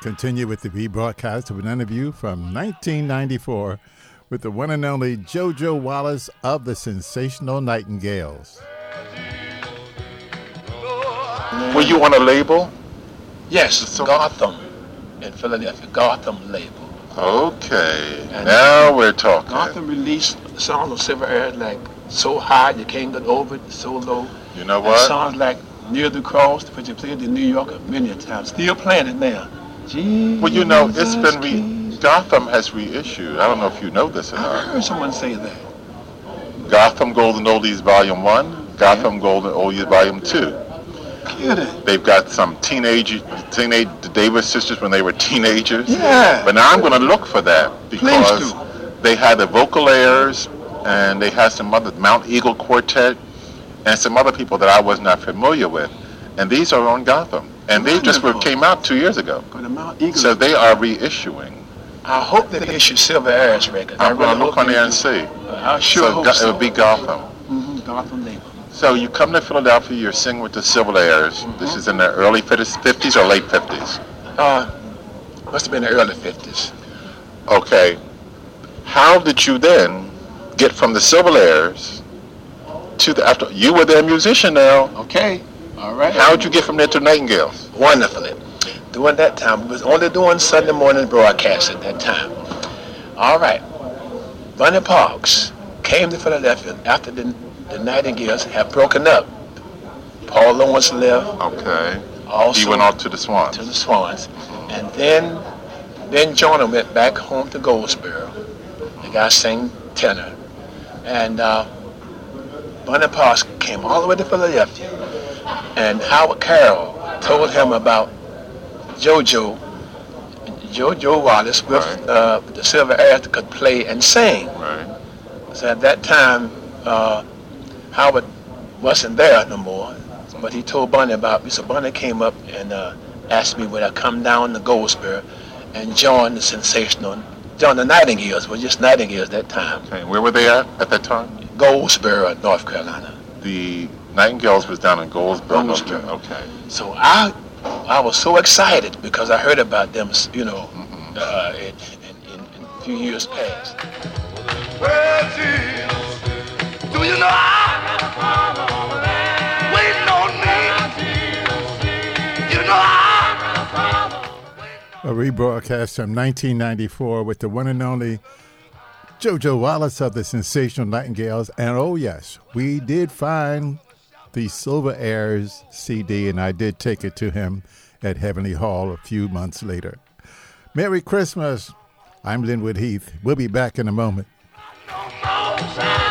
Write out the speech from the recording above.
continue with the rebroadcast of an interview from 1994 with the one and only JoJo Wallace of the Sensational Nightingales. Were you on a label? Yes, it's Gotham in Philadelphia, Gotham label. Okay, now we're talking. Gotham released songs on Silver Air like So High You Can't Get Over It, So Low. You know And what? Songs like Near the Cross, which you played in New York many a times. Still playing it now. Jesus Well, you know, it's been King. re- Gotham has reissued. I don't know if you know this or I not. heard someone say that. Gotham Golden Oldies Volume One, Gotham Golden Oldies Volume Two. Kidding. They've got some teenage, teenage. They were sisters when they were teenagers. Yeah. But now I'm going to look for that because do. they had the Vocal Airs and they had some other Mount Eagle Quartet and some other people that I was not familiar with, and these are on Gotham, and they just were, Wonderful. came out two years ago. Go to Mount Eagle. So they are reissuing. I hope they issue Silver Air's record. I I'm really going to look hope on they there and do. see. I sure so hope Go- so. it'll be Gotham. Mhm, Gotham label. So you come to Philadelphia, you sing with the Civil Airs. This Mm-hmm. is in the early 50s 50s or late 50s. Uh, must have been the early 50s. Okay. How did you then get from the Civil Airs to the after? You were their musician now. Okay. All right. How did you get from there to Nightingales? wonderfully. During that time, we was only doing Sunday morning broadcasts at that time. All right. Bunny Parks came to Philadelphia after the, the Nightingales had broken up. Paul Lawrence left, Okay. also he went on to the Swans. to the Swans, and then then Jonah went back home to Goldsboro. The guy sang tenor, and uh, Bunny Parks came all the way to Philadelphia, and Howard Carroll told him about JoJo. JoJo Wallace with Right. uh, the Silver Earth could play and sing. right. So at that time, uh, Howard wasn't there no more, but he told Bunny about me. So Bunny came up and uh, asked me would I come down to Goldsboro and join the sensational, join the Nightingales, well just Nightingales that time, Okay. Where were they at at that time? Goldsboro, North Carolina. The Nightingales was down in Goldsboro. North Goldsboro. Carolina. Okay. So I, I was so excited because I heard about them, you know, uh, in, in, in, in a few years past. Do you know I waiting on me? You know I A rebroadcast from 1994 with the one and only JoJo Wallace of the Sensational Nightingales. And oh, yes, we did find the Silver Airs CD, and I did take it to him at Heavenly Hall a few months later. Merry Christmas. I'm Linwood Heath. We'll be back in a moment. no more time.